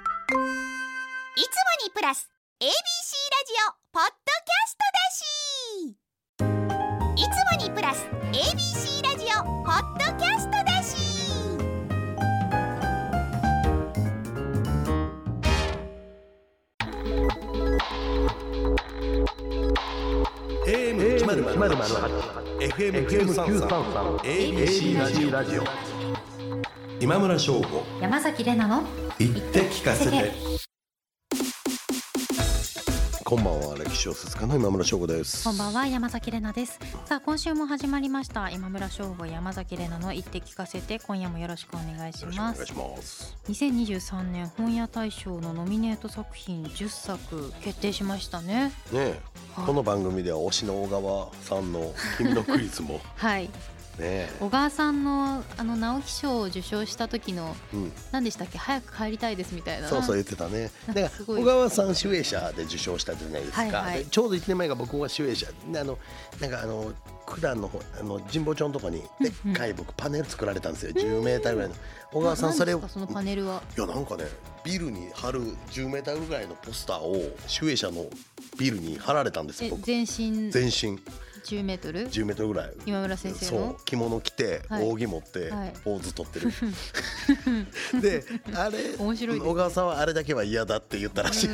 いつもにプラス ABC ラジオポッドキャストだしいつもにプラス ABC ラジオポッドキャストだし今村翔吾山崎れなの言って聞かせてて こんばんは歴史小説家の今村翔吾ですこんばんは山崎れなですさあ今週も始まりました今村翔吾山崎れなの言って聞かせて今夜もよろしくお願いしよろしくお願まいすします2023年本屋大賞のノミネート作品10作決定しましたねねえはいこの番組では推しの小川さん の君のクイズもねはいえ小川さんのあの直木賞を受賞した時のうん何でしたっけ早く帰りたいですみたいなそうそうう言ってたね。だなかんからすごい小川さん主演者で受賞したじゃないですか。はいはいでちょうど1年前が僕は主演者であのなんかあの九段の方あの神保町のとこにでっかい僕パネル作られたんですよ。10メーターぐらいの小川さんそれをそのパネルはいやなんかねビルに貼る10メーターぐらいのポスターを主演者のビルに貼られたんですえよ。僕全身全身10メートル10メートルぐらい。今村先生そのう着物着て、はい扇持って、はいポーズ取ってる であれ面白いです小川さんはあれだけは嫌だって言ったらしい、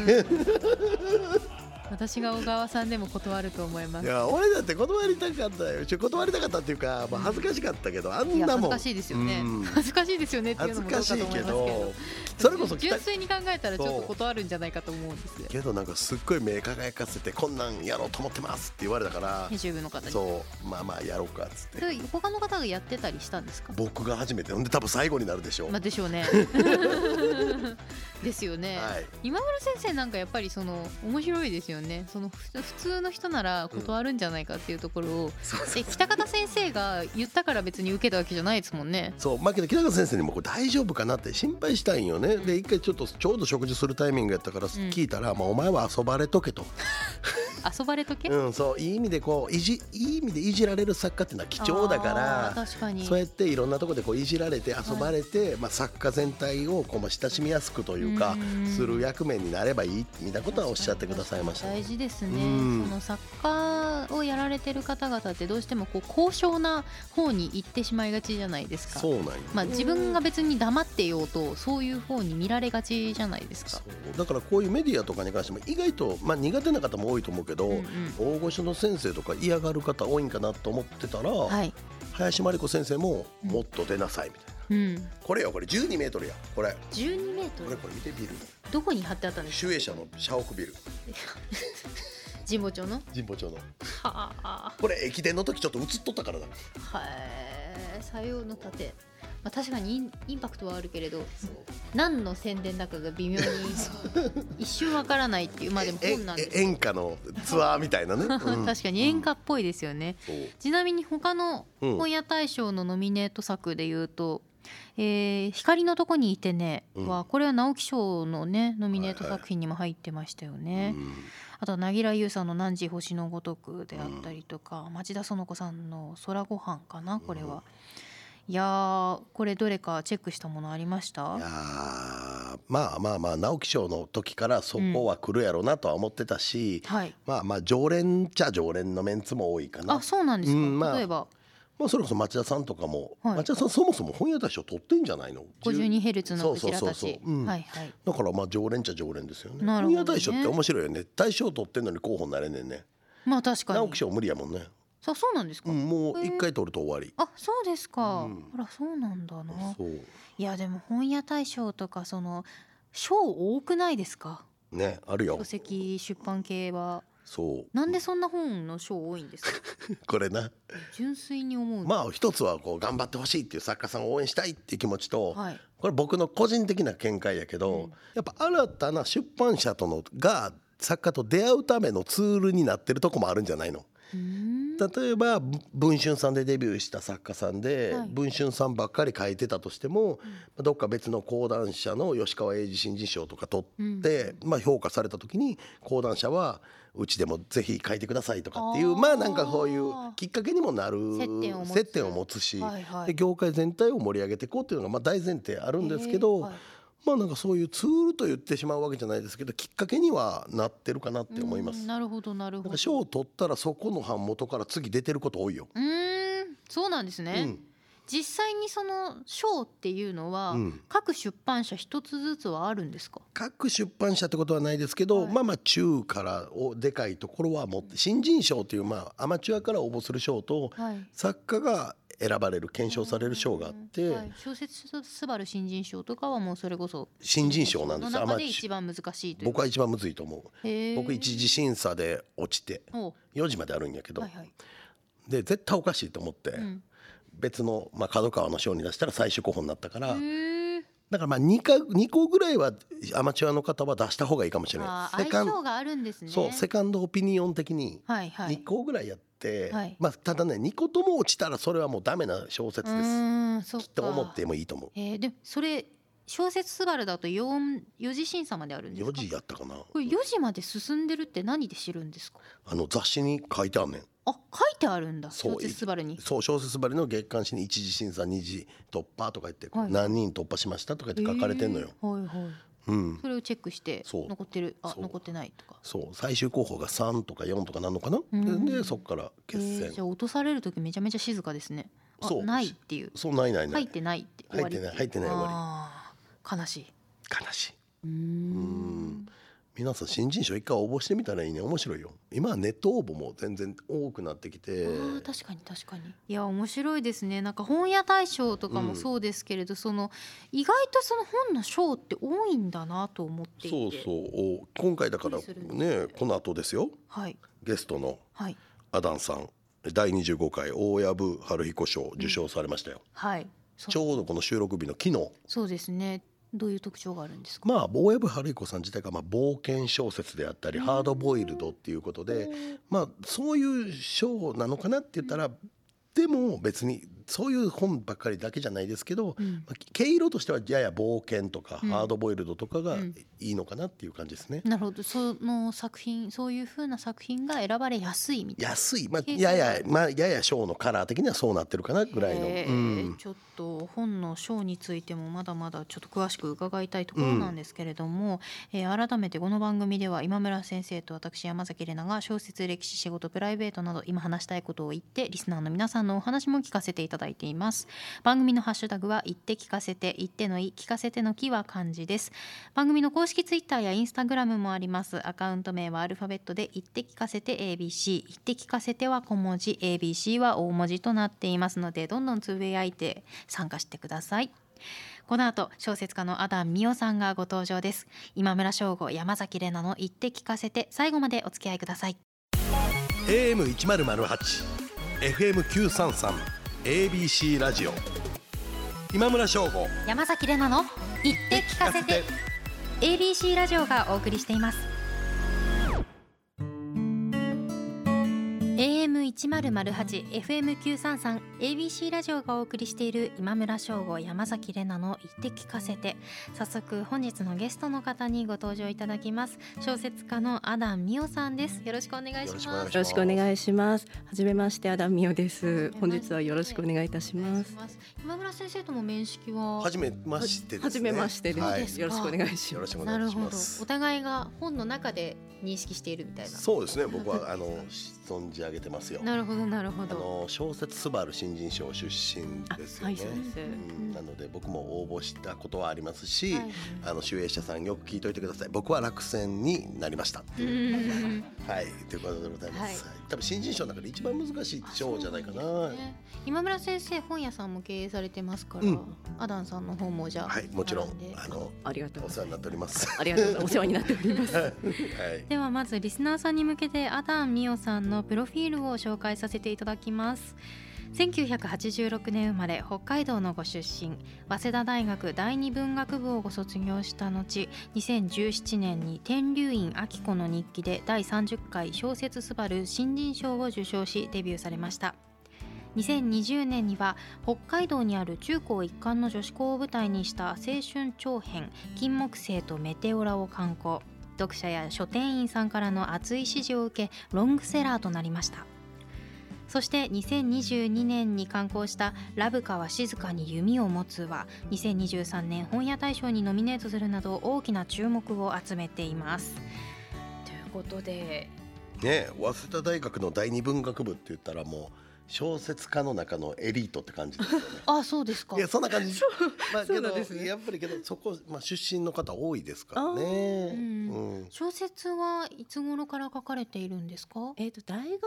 私が小川さんでも断ると思いま いすや俺だって断りたかったよちょ断りたかったっていうか、まあ、恥ずかしかったけどあんいやな恥もずんかしいですよねうん恥ずかし いですよねってい恥うのずもどかしうかいと思けいますけどどそれこそ北純粋に考えたらちょっと断るんじゃないかと思うんですよけどなんかすっごい目輝かせてこんなんやろうと思ってますって言われたから編集部の方にそうまあまあやろうかっつってそれ他の方がやってたりしたんですか僕が初めてほんで多分最後になるでしょう、まあでし ょうねですよね、はい今村先生なんかやっぱりその面白いですよねそのふ普通の人なら断るんじゃないかっていうところを、で北方先生が言ったから別に受けたわけじゃないですもんねそうまあけど北川先生にもこれ大丈夫かなって心配したいんよね、で一回ちょっとちょうど食事するタイミングやったから聞いたら、まあ、お前は遊ばれとけと、遊ばれとけ、うん、そういい意味でこういじいい意味でいじられる作家っていうのは貴重だからあー確かにそうやっていろんなところでこういじられて遊ばれて、まあ、作家全体をこうまあ親しみやすくというかうんする役目になればいいみたいなことはおっしゃってくださいましたね大。事ですね、うんその作家をやられてる方々ってどうしてもこう高尚な方に行ってしまいがちじゃないですかそうなんよまあ、自分が別に黙っていようとそういう方に見られがちじゃないですそか。うだからこういうメディアとかに関しても意外と、まあ、苦手な方も多いと思うけど、うんうん大御所の先生とか嫌がる方多いんかなと思ってたら、はい、林真理子先生も「うんもっと出なさい」みたいな、うん、これよこれ1 2メートルやこれ12メーこトれルこれ見てビルどこに貼ってあったんですか集英社の社屋ビル神保町の神保町のはあこれ駅伝の時ちょっと映っとったからだはえ採用の盾、まあ、確かにインインパクトはあるけれど何の宣伝だか が微妙に一瞬わからないっていうまあでもえ本なんえですけど演歌のツアーみたいなね、うん 確かに演歌っぽいですよね、そうちなみに他のうん本屋大賞のノミネート作で言うと「えー光のとこにいてね」うんはこれは直木賞のねノミネートはいはい作品にも入ってましたようね。んあとはなぎらゆうさんの「汝星のごとく」であったりとか、町田園子さんの「空ご飯かなこれは。いやーこれどれかチェックしたものありましたいやーまあまあまあ直木賞の時からそこは来るやろうなとは思ってたし、はいまあまあ常連っちゃ常連のメンツも多いかなあそうなんですか、うんまあ例えばまあ、それこそ町田さんとかも、はい町田さんそもそも本屋大賞取ってんじゃないの52ヘルツのクジラそうたそうそうちそううんはいはいだからまあ常連っちゃ常連ですよねなるほどね本屋大賞って面白いよね大賞取ってんのに候補になれねえねまあ確か直に木賞無理やもんね、そうそうなんですか、うん、もうへえ一回取ると終わり、あそうですか、うんほらそうなんだなそういやでも本屋大賞とかその賞多くないですかねあるよ書籍出版系はそうなんでそんな本の賞多いんですかこれな純粋に思う、まあ一つはこう頑張ってほしいっていう作家さんを応援したいっていう気持ちと、はいこれ僕の個人的な見解やけど、うんやっぱ新たな出版社とのが作家と出会うためのツールになってるとこもあるんじゃないのうーん例えばぶ文春さんでデビューした作家さんで、はい文春さんばっかり書いてたとしても、どっか別の講談社の吉川英治新人賞とか取って、まあ、評価された時に講談社はうちでもぜひ書いてくださいとかっていうあーまあなんかそういうきっかけにもなる接点を持つ接点を持つし、はいはいで業界全体を盛り上げていこうっていうのがまあ大前提あるんですけど、えーはいまあなんかそういうツールと言ってしまうわけじゃないですけどきっかけにはなってるかなって思いまうす。んなんなるほどなるほどか賞を取ったらそこの版元から次出てること多いよ。うーんそうなんですうね、ん実際にその賞っていうのは、うん各出版社一つずつはあるんですか各出版社ってことはないですけど、はいまあまあ中からおでかいところは持って新人賞というまあアマチュアから応募する賞とはい作家が選ばれる検証される賞があって、うんはい、小説「すばる新人賞」とかはもうそれこそ新人賞なんですのア中マでチ一ュア番難しいという僕は一番むずいと思う僕僕一次審査で落ちてお4時まであるんやけど、はいはい、で絶対おかしいと思って、うん、別の、まあ、角川の賞に出したら最終候補になったから、へーだからまあ 2, か2個ぐらいはアマチュアの方は出した方がいいかもしれなあーいセカン相性があるんですねそうセカンドオピニオン的にはいはい2個ぐらいやって、はいまあ、ただね2個とも落ちたらそれはもうダメな小う説ですーんそっかと思ってもいいと思うえー、でもそれ小説すばるだと四四次審査まであるんです4か時やったかなこれ四時まで進んでるって何で知るんですかあの雑誌に書いてあんねんあ書いてあるんだそう小説すばるにそう小説ばりの月刊誌に一次審査二次突破とか言って、はい何人突破しましたとか言って書かれてんのよ、えーはいはいうんそれをチェックしてそう残ってるあそう残ってないとかそう最終候補が3とか4とかなんのかな、うんでそこから決えー戦、じゃあ落とされる時めちゃめちゃ静かですねあそうないっていうそうないないな入い、ってないって終わりっていう入ってない入ってない終わりあー悲しい悲しいうーんん皆さん新人賞一回応募してみたらいいね面白いよ今はネット応募も全然多くなってきてあー確かに確かにいや面白いですねなんか本屋大賞とかうもんそうですけれど、その意外とその本の賞って多いんだなと思っていそうてそうお今回だからびっくりするんですねこの後ですよはいゲストのはいアダンさん第25回大藪春彦賞受賞されましたよ、はいそちょうどこの収録日の昨日そうですねどういう特徴があるんですかまあ大藪春彦さん自体がまあ冒険小説であったりハードボイルドっていうことでまあそういう賞なのかなって言ったらでも別にそういう本ばっかりだけじゃないですけどうんまあ毛色としてはやや冒険とかうんハードボイルドとかがうんいいのかなっていう感じですね。なるほどその作品そういう風な作品が選ばれやすいみたいな安い、まあ、傾向やや、まあ、ややショーのカラー的にはそうなってるかなぐらいの。へうーん、ちょっと本の賞についてもまだまだちょっと詳しく伺いたいところなんですけれども、えー改めてこの番組では今村先生と私山崎怜奈が小説歴史仕事プライベートなど今話したいことを言ってリスナーの皆さんのお話も聞かせていただいています番組のハッシュタグは言って聞かせて言ってのい聞かせてのきは漢字です番組の公式ツイッターやインスタグラムもありますアカウント名はアルファベットで「言って聞かせて ABC」「言って聞かせて」は小文字 ABC は大文字となっていますのでどんどんつぶやいて参加してくださいこの後小説家のアダン美代さんがご登場です今村翔吾山崎怜奈の「言って聞かせて」最後までお付き合いください AM 一ゼロゼロ八、FM 九三三、ABC ラジオ。今村翔吾、山崎怜奈の「言って聞かせて」ABC ラジオがお送りしています AM1008 FM933 ABC ラジオがお送りしている今村翔吾山崎怜奈の言って聞かせて早速本日のゲストの方にご登場いただきます小説家のアダン美代さんですよろしくお願いしよろしくお願いしまますすよろしくお願いします。はじめまして、アダミオではじす。め本まして日はよろしくお願いいたします。今村先生とも面識は初めましてです、ね。はじめましてです。はい、すよかよろしくお願いしろます。しくおな願るいしほどますお。互いが本の中で認識しているみたいなそうですね、僕はあの存じ上げてますよ。なるほどなるほあどの小説スバル新人賞出身あですよはねい、。そうです。うんなので僕も応募したことはありますし、はいあの集英社さんよく聞いといてください僕は落選になりましたうんはいということでございます、はい多分新人賞の中で一番難しい賞じゃないかなそうですね今村先生本屋さんも経営されてますから、うんアダンさんの方もじゃあ、はいもちろん並であのありがとうおご世ざ話いになまっておりますす。ありがとうございます。お世話になっております。はいではまずリスナーさんに向けてアダン・ミオさんのプロフィールを紹介させていただきます1986年生まれ北海道のご出身早稲田大学第二文学部をご卒業した後2017年に天竜院秋子の日記で第30回小説すばる新人賞を受賞しデビューされました2020年には北海道にある中高一貫の女子校を舞台にした青春長編「金木星とメテオラ」を刊行読者や書店員さんからの熱い支持を受けロングセラーとなりましたそして2022年に刊行した「ラブカは静かに弓を持つは」2023年本屋大賞にノミネートするなど大きな注目を集めています。ということでねえ早稲田大学の第二文学部って言ったらもう小説家の中のエリートって感じですよねあそうですかいやそんな感じまあそけうなんどですねやっぱりけどそこ、まあ、出身の方多いですからねう、あーうん小説はいつ頃から書かれているんですか えー、と大学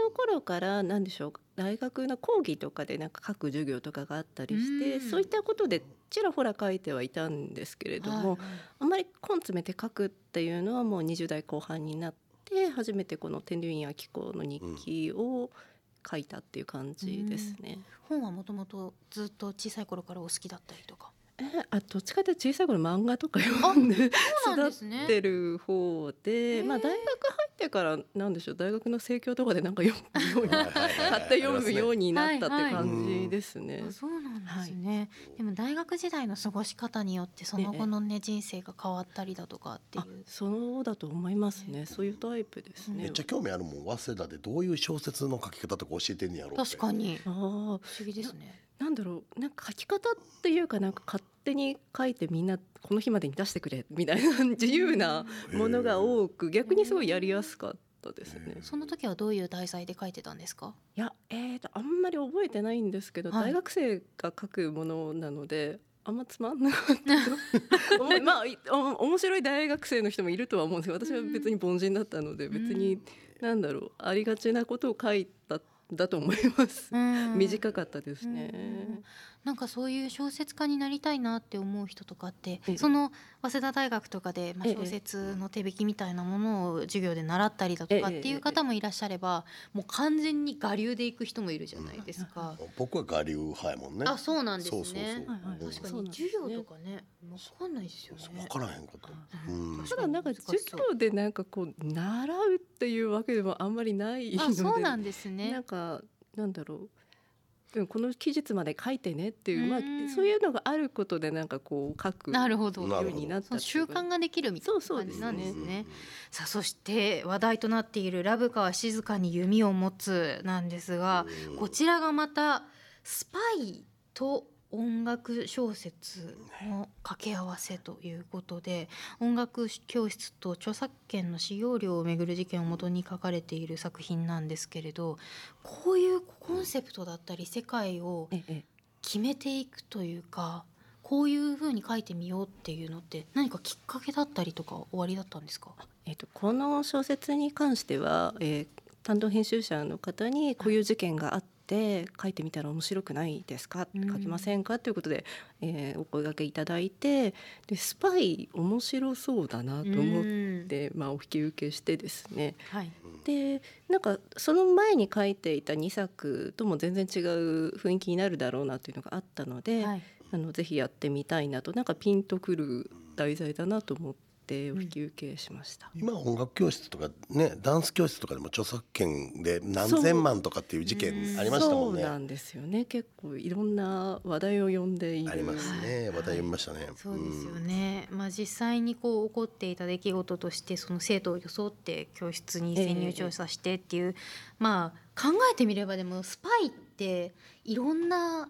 の頃から何でしょう大学の講義とかでなんか書く授業とかがあったりして、うんそういったことでちらほら書いてはいたんですけれども、はいあんまり根詰めて書くっていうのはもう20代後半になって初めてこの「天竜院秋子」の日記を書いたっていう感じですね。本はもともとずっと小さい頃からお好きだったりとかえーあどっちかというと小さい頃漫画とか読んでそうなんです育ねってる方で、えーまあ、大学入ってからなんでしょう大学の生協とかでなんか読むようにはいはいはい 買って読むようになったって感じですね。あそうなんですね、でも大学時代の過ごし方によってその後のね人生が変わったりだとかっていあうそうだと思いますね。そういうタイプですめねっち。ゃ興味あるもん早稲田でどういう小説の書き方とか教えてんねやろうって確かにああ、不思議ですねなんだろう、なんか書き方っていうか、なんか勝手に書いて、みんなこの日までに出してくれみたいな自由なものが多く、逆にすごいやりやすかったですね。へーその時はどういう題材で書いてたんですかいや、えーと、あんまり覚えてないんですけど、はい大学生が書くものなので。あんまつまんなかった とおもまあいお面白い大学生の人もいるとは思うんですけど私は別に凡人だったので別になんだろうありがちなことを書いたんだと思います、短短かったですね、うんなんかそういう小説家になりたいなって思う人とかって、ええその早稲田大学とかで、まあ、ええ小説の手引きみたいなものを授業で習ったりだとかっええていう方もいらっしゃれば、もう完全に我流で行く人もいるじゃないですか。僕は我流派やもんねあそうなんですねそうそうそうはいはうんい確そかうになんですね授業とかねわかんないですよそうね分。からへんことうんただなんか難し授そう業でなんかこう習うっていうわけでもあんまりないのであそうなんですなねん。かなんだろう、うん、この期日まで書いてねっていうまあうんそういうのがあることでなんかこう書くなるほど。なよるうほどになったその習慣がができるみたいなそうそう感でじすなんですうんね。さあそして話題となっている「ラブカは静かに弓を持つ」なんですが、うんこちらがまたスパイと音楽小説の掛け合わせということで音楽教室と著作権の使用料をめぐる事件をもとに書かれている作品なんですけれどこういうコンセプトだったり世界をええ決めていくというかこういうふうに書いてみようっていうのって何かきっかけだったりとか終わりだったんですかえっとこの小説に関しては、えー担当編集者の方にこういう事件があって書いてみたら面白くないですか、うん書きませんかということで、えーお声掛けいただいてでスパイ面白そうだなと思っうんて、まあ、お引き受けしてですねはいでなんかその前に書いていた2作とも全然違う雰囲気になるだろうなというのがあったので、はいあのぜひやってみたいなとなんかピンとくる題材だなと思ってお引き受けしました。今音楽教室とかねダンス教室とかでも著作権で何千万とかっていう事件ありましたもんねそうなんですよね結構いろんな話題を呼んでいるありますねはい話題読みましたねそうですよね、まあ、実際にこう起こっていた出来事としてその生徒を装って教室に潜入調査してっていう、まあ考えてみればでもスパイっていろんな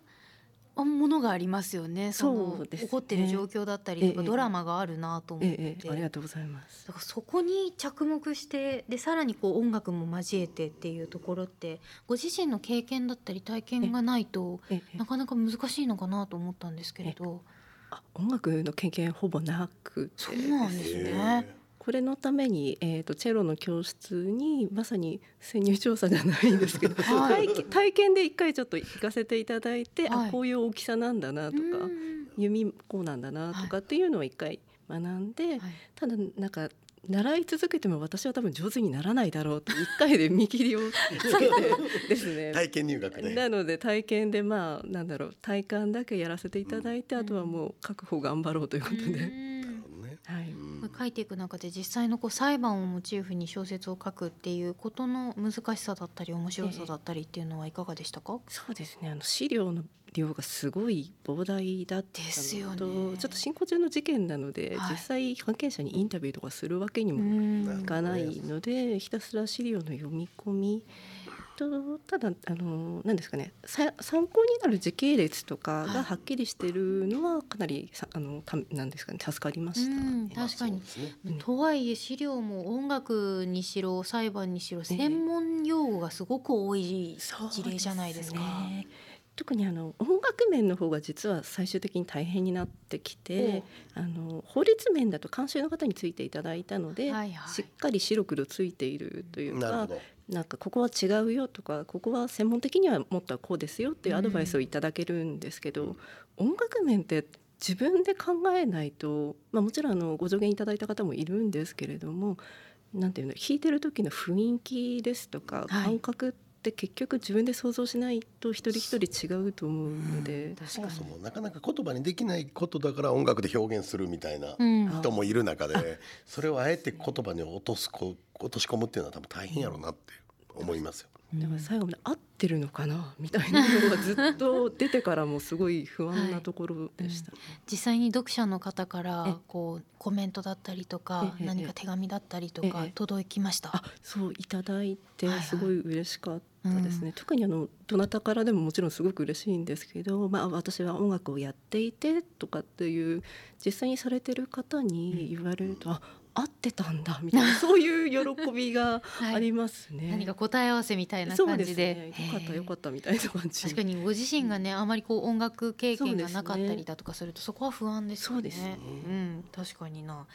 あものがありますよねそのそうですね起こってる状況だったりとか、ええドラマがあるなと思って、ええええありがとうございますだからそこに着目してでさらにこう音楽も交えてっていうところってご自身の経験だったり体験がないとええなかなか難しいのかなと思ったんですけれど。あ音楽の経験ほぼなくてそうなんですへね。これのために、えー、とチェロの教室にまさに潜入調査じゃないんですけど、はい体験体験で一回ちょっと行かせていただいて、はいあこういう大きさなんだなとか、うん弓こうなんだなとかっていうのを一回学んで、はいただなんか習い続けても私は多分上手にならないだろうって一回で見切りをつ けてですね。体験入学ねなので体験でまあなんだろう体感だけやらせていただいて、うんあとはもう確保頑張ろうということで、うんねはい、うん書いていく中で実際のこう裁判をモチーフに小説を書くっていうことの難しさだったり面白さだったりっていうのはいかがでしたか、そうですねあの資料の量がすごい膨大だったですよのと、ねちょっと進行中の事件なので、はい実際関係者にインタビューとかするわけにうもんいかないので、ひたすら資料の読み込みとただあのなんですかねさ参考になる時系列とかはいがはっきりしてるのはかなりさあのたなんですかね助かりましたうんね。確かにまあそうですねうんとはいえ資料も音楽にしろ裁判にしろええ専門用語がすごく多いそう事例じゃないですか。ね特にあの音楽面の方が実は最終的に大変になってきてあの法律面だと監修の方についていただいたので、はいはいしっかり白黒ついているというなるほかどなんかここは違うよとかここは専門的にはもっとはこうですよっていうアドバイスをいただけるんですけど、音楽面って自分で考えないと、まあ、もちろんあのご助言いただいた方もいるんですけれどもなんていうの弾いてる時の雰囲気ですとかはい感覚って結局自分で想像しないと一人一人違うと思うので、そもそもなかなか言葉にできないことだから音楽で表現するみたいなうん人もいる中でそれをあえて言葉に落とすこ落とし込むっていうのは多分大変やろうなって思いますよ。だから最後まで合ってるのかなみたいなのがずっと出てからもすごい不安なところでしたね。実際に読者の方かええらこうコメントだったりとかええええ何か手紙だったりとかええ届きましたあ。そういただいてはいはいすごい嬉しかったですね、特にあのどなたからでももちろんすごく嬉しいんですけど、まあ、私は音楽をやっていてとかっていう実際にされてる方に言われると、あ合ってたんだ みたいなそういう喜びがはいありますね。何か答え合わせみたいなそう感でじすでね。よかったよかっったみたいな感じ確かにご自身がねあまりこう音楽経験がなかったりだとかするとそこは不安ですよそうねですねうん確かにな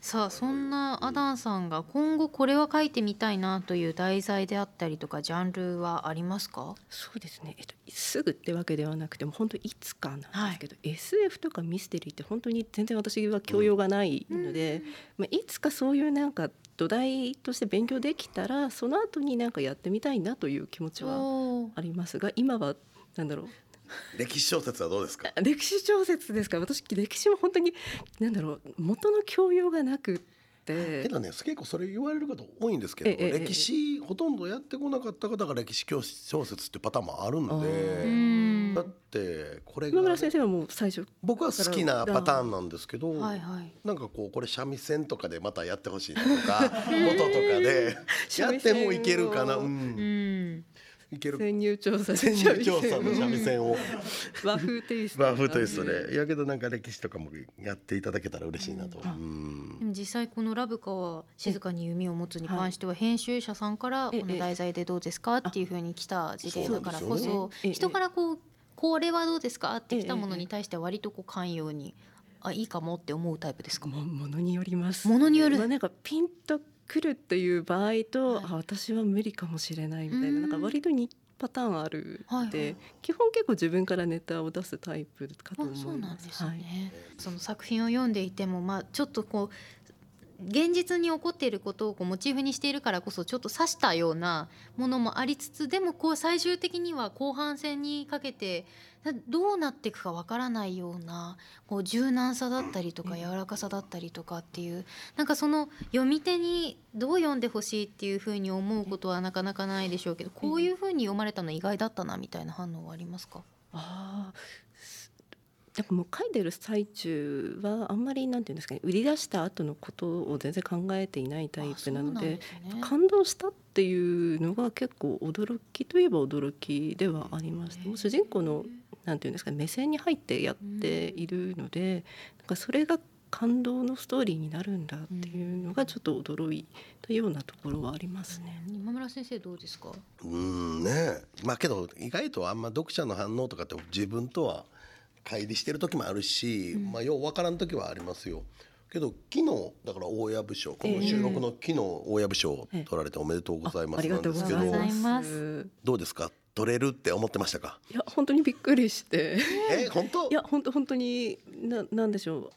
さあそんなアダンさんが今後これは書いてみたいなという題材であったりとかジャンルはありますかそうですね、えっと、すぐってわけではなくても本当いつかなんですけど、SF とかミステリーって本当に全然私は教養がないので、まあ、いつかそういうなんか土台として勉強できたらその後になんかやってみたいなという気持ちはおーありますが今はなんだろう歴史小説はどうですか。あ歴史小説ですか私歴史も本当になんだろう元の教養がなくってけどね結構それ言われる方多いんですけどええええ歴史ほとんどやってこなかった方が歴史教師小説ってパターンもあるのうでんだってこれが今村先生はもう最初僕は好きなパターンなんですけど。はいはいなんかこうこれ三味線とかでまたやってほしいなとか音とかでやってもいけるかな、う、三味うんんいける潜入調査潜入調査の三味線を和風テイスト和風というそれやけどなんか歴史とかもやっていただけたら嬉しいなと、うんでも実際この「ラブカは静かに弓を持つ」に関しては編集者さんから「こええの題材でどうですか?」っていうふうに来た事例だからそうこですよそねええ人からこう「これはどうですか?」って来えたえものに対しては割とこう寛容に「あいいかも」って思うタイプですかもものによります。ものによるまあなんかピンとくるっていう場合と、はいあ私は無理かもしれないみたいなうんなんか割とにパターンあるはいはいで、基本結構自分からネタを出すタイプかあと思います。そうなんですはいね、その作品を読んでいても、まあ、ちょっとこう現実に起こっていることをこうモチーフにしているからこそちょっと刺したようなものもありつつでもこう最終的には後半戦にかけてなどうなっていくかわからないようなこう柔軟さだったりとか柔らかさだったりとかっていうなんかその読み手にどう読んでほしいっていうふうに思うことはなかなかないでしょうけどこういうふうに読まれたの意外だったなみたいな反応はありますかああ。すなんかもう書いてる最中はあんまりなんていうんですかね売り出した後のことを全然考えていないタイプなのあそうでんすね感動したっていうのが結構驚きといえば驚きではありました。もう主人公のなんていうんですか目線に入ってやっているので、なんかそれが感動のストーリーになるんだっていうのがちょっと驚いたようなところはありますね。今村先生どうですか。うんねまあけど意外とあんま読者の反応とかって自分とは乖離してる時もあるし、まあようわからん時はありますよけど昨日だから大藪賞この収録の昨日大藪賞を取られておめでとうございまあすりながんとでうごすざけどありがとうございいま。ますどうですか取れるって思ってましたかいや本当にびっくりして、え本当いや本当本当にななんでしょ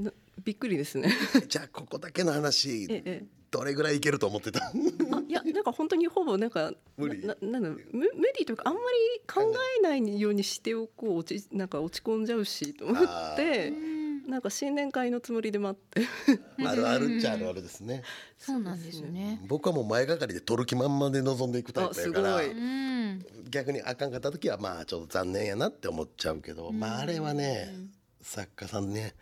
う、なびっくりですね。じゃあここだけの話ええどれぐらいいけると思ってたあいやなんか本当にほぼなんか無理なななんだ無無理というかあんまり考えないようにしておこう落ちなんか落ち込んじゃうしと思あってなんか新年会のつもりで待ってあるあるっちゃあるあるですねそうなんですね。僕はもう前がかりで取る気満々で臨んでいくタイプやからあすごういん。逆にあかんかった時はまあちょっと残念やなって思っちゃうけど、まああれはね作家さんね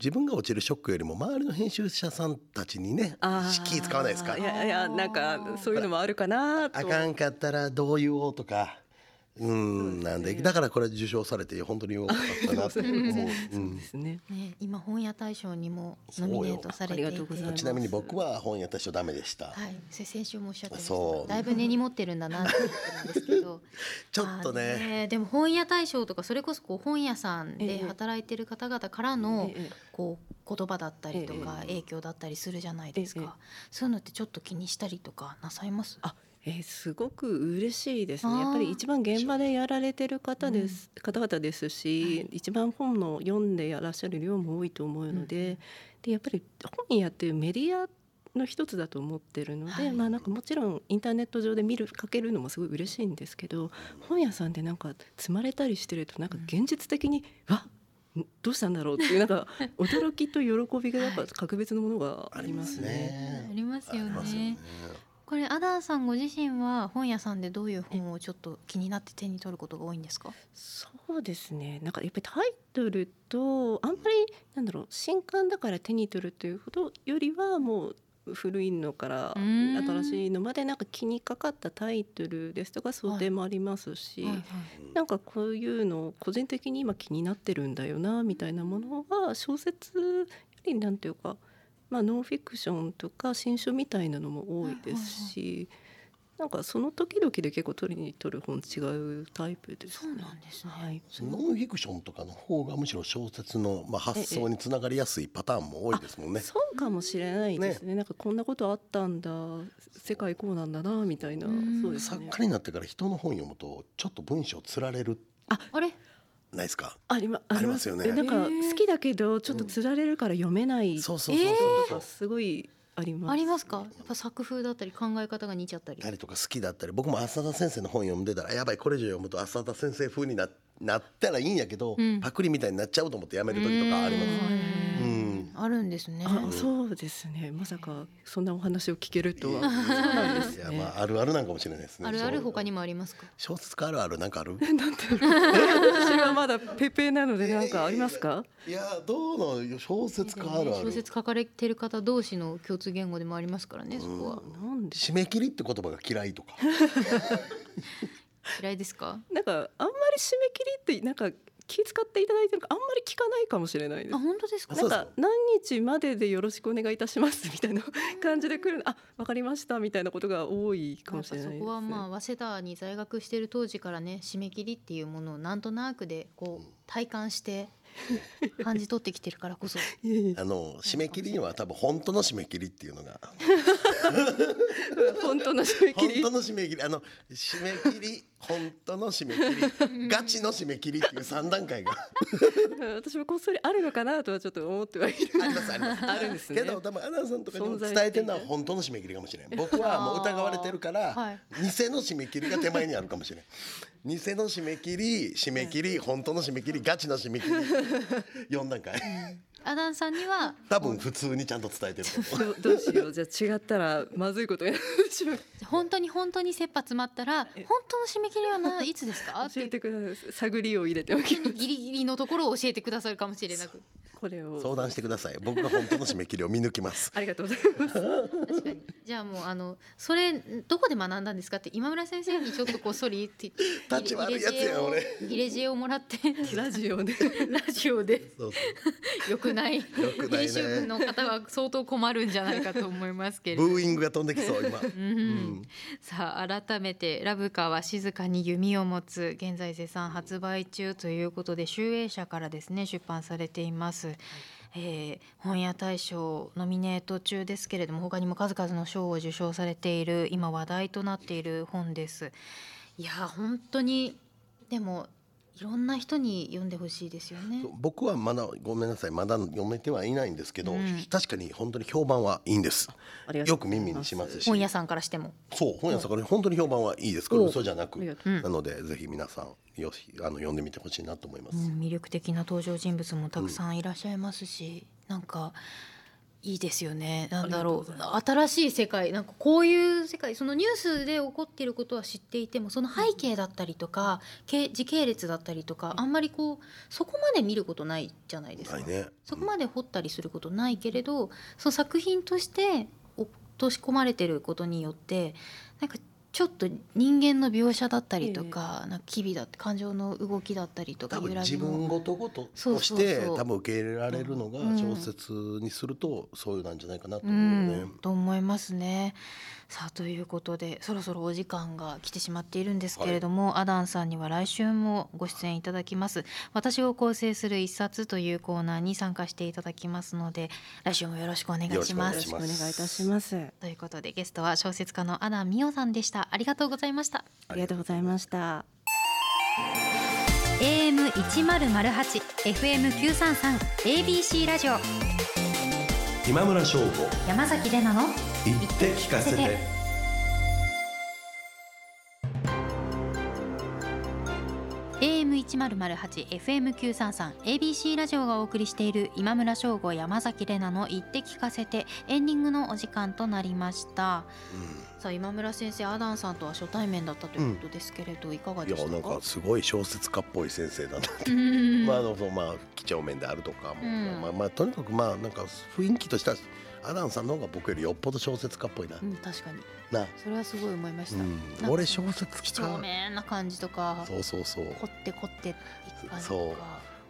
自分が落ちるショックよりも周りの編集者さんたちにねあー気使わないですかいやいやなんかそういうのもあるかなとあかんかったらどう言おうとかうんそうですねなんでだからこれ受賞されて本当によかったなって思う、う そうんですね。ね、今本屋大賞にもそうノよミネートされていてありがとうございますちなみに僕は本屋大賞ダメでした、はい、それ先週もおっしゃってましたそうだいぶ根に持ってるんだなって思ってるんですけどちょっとまあねでも本屋大賞とかそれこそこう本屋さんえでえ働いてる方々からのこう言葉だったりとかええ影響だったりするじゃないですええかそういうのってちょっと気にしたりとかなさいますあえーすごく嬉しいですあーね。やっぱり一番現場でやられてる方です、方々ですし、一番本の読んでいらっしゃる量も多いと思うので、でやっぱり本屋っていうメディアの一つだと思ってるので、はいまあなんかもちろんインターネット上で見るかけるのもすごい嬉しいんですけど、本屋さんでなんか積まれたりしてるとなんか現実的に、わっどうしたんだろうっていうなんか驚きと喜びがやっぱ格別のものがありますね。ありますあよりますよねねこれアダーさんご自身は本屋さんでどういう本をちょっと気になって手に取ることが多いんですかそうですねなんかやっぱりタイトルとあんまりなんだろう新刊だから手に取るということよりはもう古いのからうーん新しいのまでなんか気にかかったタイトルですとか想定もありますし、はいはいなんかこういうの個人的に今気になってるんだよなみたいなものは小説よりなんていうか、まあ、ノンフィクションとか新書みたいなのも多いですし、なんかその時々で結構取りに取る本違うタイプです、そうなんですねはいノンフィクションとかの方がむしろ小説の、まあ、発想につながりやすいパターンも多いですもんね。そうかもしれないですねなんかこんなことあったんだ世界こうなんだなみたいな、うんそうです作ね家になってから人の本読むとちょっと文章つられるあれないですかあり,、まありますよねなんかへー好きだけどちょっとつられるから読めない、そうそうそうそう、すごいありますありますかやっぱ作風だったり考え方が似ちゃったりあれとか好きだったり僕も浅田先生の本読んでたらやばいこれ以上読むと浅田先生風にななったらいいんやけど、うんパクリみたいになっちゃうと思ってやめる時とかあります。うーんうんあるんですねあそうですねまさかそんなお話を聞けるとは、いや まああるあるなんかもしれないですね。あるあるそう他にもありますか小説家あるあるなんかある私はまだペペなのでなんかありますかいやどうの小説家あるあ小る説書かれてる方同士の共通言語でもありますからねそこはなんで締め切りって言葉が嫌いとか嫌いですかなんかあんまり締め切りってなんか気遣っていただいてるかあんまり聞かないかもしれないであす本当ですかあなそんうですかか何日まででよろしくお願いいたしますみたいな感じで来るの あわかりましたみたいなことが多いかもしれないやでっぱすねそこはまあ早稲田に在学してる当時からね締め切りっていうものをなんとなくでこう体感して感じ取ってきてるからこそいえいあの締め切りには多分本当の締め切りっていうのがえ本当の締め切本り当の締め切りあの締め切り本当の締め切りガチの締め切りっていう三段 階がうん 私もこっそりあるのかなとはちょっと思ってはいるありますありますあるんですねけど多分アナウンさんとかにも存伝在していたえてるのは本当の締め切りかもしれない僕はもう疑われてるから、あーはい偽の締め切りが手前にあるかもしれない偽の締め切り締め切り本当の締め切りガチの締め切り4段階アダンさんには多分普通にちゃんと伝えてると思うど どうしようじゃあ違ったらまずいことやるでしょう本当に本当に切羽詰まったら本当の締め切り はないつですかっ教えててください探りを入れておきギリギリのところを教えてくださるかもしれなく これを相談してください僕が本当の締め切りを見抜きますありがとうございます確かにじゃあもうあのそれどこで学んだんですかって今村先生にちょっとこっそりって立ち悪いやつやん俺入れ知恵をもらって ラジオで ラジオでそうよくない良くないね編集部の方は相当困るんじゃないかと思いますけれど。ブーイングが飛んできそう今うんさあ改めて「ラブカは静かに弓を持つ」現在絶賛発売中ということで集英社からですね出版されています。えー本屋大賞ノミネート中ですけれども他にも数々の賞を受賞されている今話題となっている本です。いや本当にでもいろんな人に読んでほしいですよね。僕はまだごめんなさいまだ読めてはいないんですけど、うん確かに本当に評判はいいんですありがとようごくざい耳にしますし本屋さんからしても。そう本屋さんから本当に評判はいいですこれ嘘じゃなくありがとうんなのでぜひ皆さんよしあの読んでみてほしいなと思います、うん魅力的な登場人物もたくさんいらっしゃいますし、なんかいいですよね。なんだありがとうろごうざい新しい世界なんかこういう世界そのニュースで起こっていることは知っていてもその背景だったりとか、け時系列だったりとかあんまりこうそこまで見ることないじゃないですか。ないねそこまで掘ったりすることないけれど、その作品として落とし込まれてることによってなんかちょっと人間の描写だったりとか,、なんか機微だって感情の動きだったりとか多分揺らぎ自も分ごとごとそうとそしうそうて多分受け入れられるのうんが小説にするとそういうなんじゃないかなとう思うよねん、。と思いますね。さあということでそろそろお時間が来てしまっているんですけれども、アダンさんには来週もご出演いただきます私を構成する一冊というコーナーに参加していただきますので来週もよろしくお願いしまよろすしくおお願願いいいしますたしますということでゲストは小説家のアダン美代さんでしたありがとうございましたありがとうございました。 AM 一ゼロゼ八 FM 九三三 ABC ラジオ今村翔吾山崎れなの言って聞かせて。AM 一ゼロゼ八 FM 九三三 ABC ラジオがお送りしている今村翔吾山崎れなの言って聞かせてエンディングのお時間となりました。さあ今村先生アダンさんとは初対面だったということですけれど、いかがいでしやなたんかか。すごい小説家っぽい先生だな。うんまああのそうまあ几帳面であるとかも、うんまあまあとにかくまあなんか雰囲気としてはアダンさんの方が僕よりよっぽど小説家っぽいな。うん確かにな、それはすごい思いました。うん、俺小説几家。帳面な感じとかそうそうそう。凝って凝っていく感じそとうか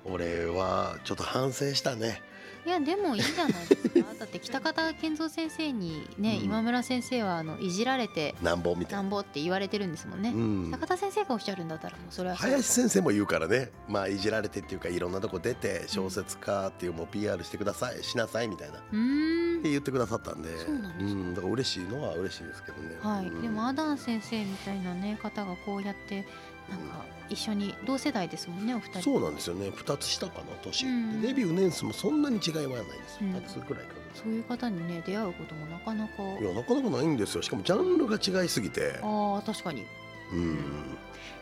俺はちょっと反省したね。いやでもいいじゃないです かだって北方健三先生にね、うん今村先生はあのいじられてなんぼみたないんな。ぼって言われてるんですもんね、うん北方先生がおっしゃるんだったらもうそれはそう林先生も言うからね、まあ、いじられてっていうかいろんなとこ出て小説家っていうもう PR してくださいしなさいみたいなっうーんて言ってくださったんでそうなんですうんだから嬉しいのは嬉しいですけどね、はい、うんでもアダン先生みたいなね方がこうやってなんか一緒に同世代ですもんねお二人そうなんですよね2つ下かな年、うんでデビュー年数もそんなに違いはないですうん2つぐらいかな、そういう方にね出会うこともなかなかいやなかなかないんですよしかもジャンルが違いすぎて、あー確かにうん、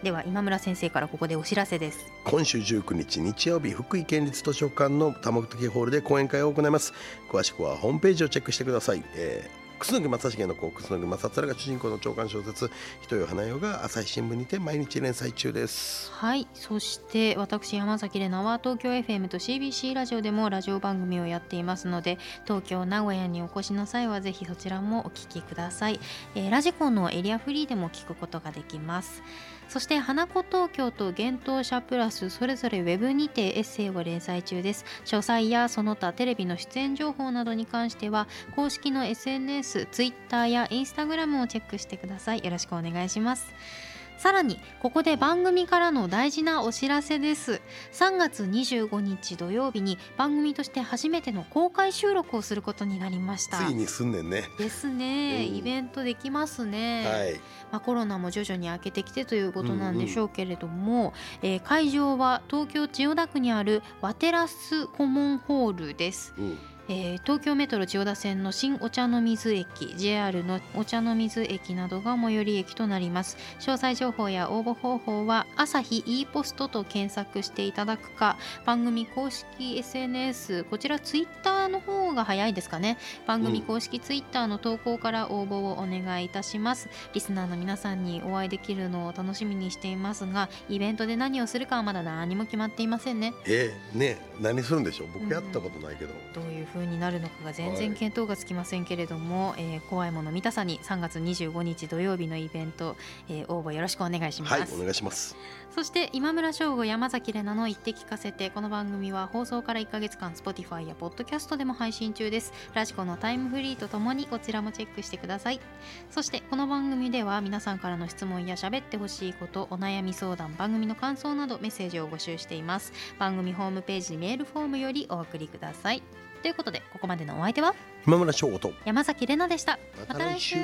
では今村先生からここでお知らせです今週19日日曜日福井県立図書館の玉木ホールで講演会を行います詳しくはホームページをチェックしてください、えー、楠木正成の子楠木正貫が主人公の長官小説「ひとよ花よ」が朝日新聞にて毎日連載中ですはいそして私山崎怜奈は東京 FM と CBC ラジオでもラジオ番組をやっていますので東京名古屋にお越しの際はぜひそちらもお聞きください、えーラジコンのエリアフリーでも聞くことができますそして花子東京と幻冬舎プラスそれぞれウェブにてエッセイを連載中です詳細やその他テレビの出演情報などに関しては公式の SNS、Twitter や Instagram をチェックしてくださいよろしくお願いしますさらにここで番組からの大事なお知らせです3月25日土曜日に番組として初めての公開収録をすることになりましつたいにすんねんねですね、うんイベントできますね、はいまあ、コロナも徐々に明けてきてということなんでしょうけれども、えー会場は東京千代田区にあるワテラスコモンホールですうんえー東京メトロ千代田線の新お茶の水駅 JR のお茶の水駅などが最寄り駅となります詳細情報や応募方法は朝日 e ポストと検索していただくか番組公式 SNS こちらツイッターの方が早いですかね番組公式ツイッターの投稿から応募をお願いいたしますリスナーの皆さんにお会いできるのを楽しみにしていますがイベントで何をするかはまだ何も決まっていませんねえーね何するんでしょう僕やったことないけど、どういう風になるのかが全然見当がつきませんけれども、えー怖いもの見たさに3月25日土曜日のイベント、えー応募よろしくお願いします、はいお願いしますそして今村翔吾山崎怜奈の「言って聞かせて」この番組は放送から1ヶ月間 Spotify や Podcast でも配信中ですラジコのタイムフリーとともにこちらもチェックしてくださいそしてこの番組では皆さんからの質問や喋ってほしいことお悩み相談番組の感想などメッセージを募集しています番組ホームページメールフォームよりお送りくださいということでここまでのお相手は今村翔吾と山崎怜奈でしたまた来週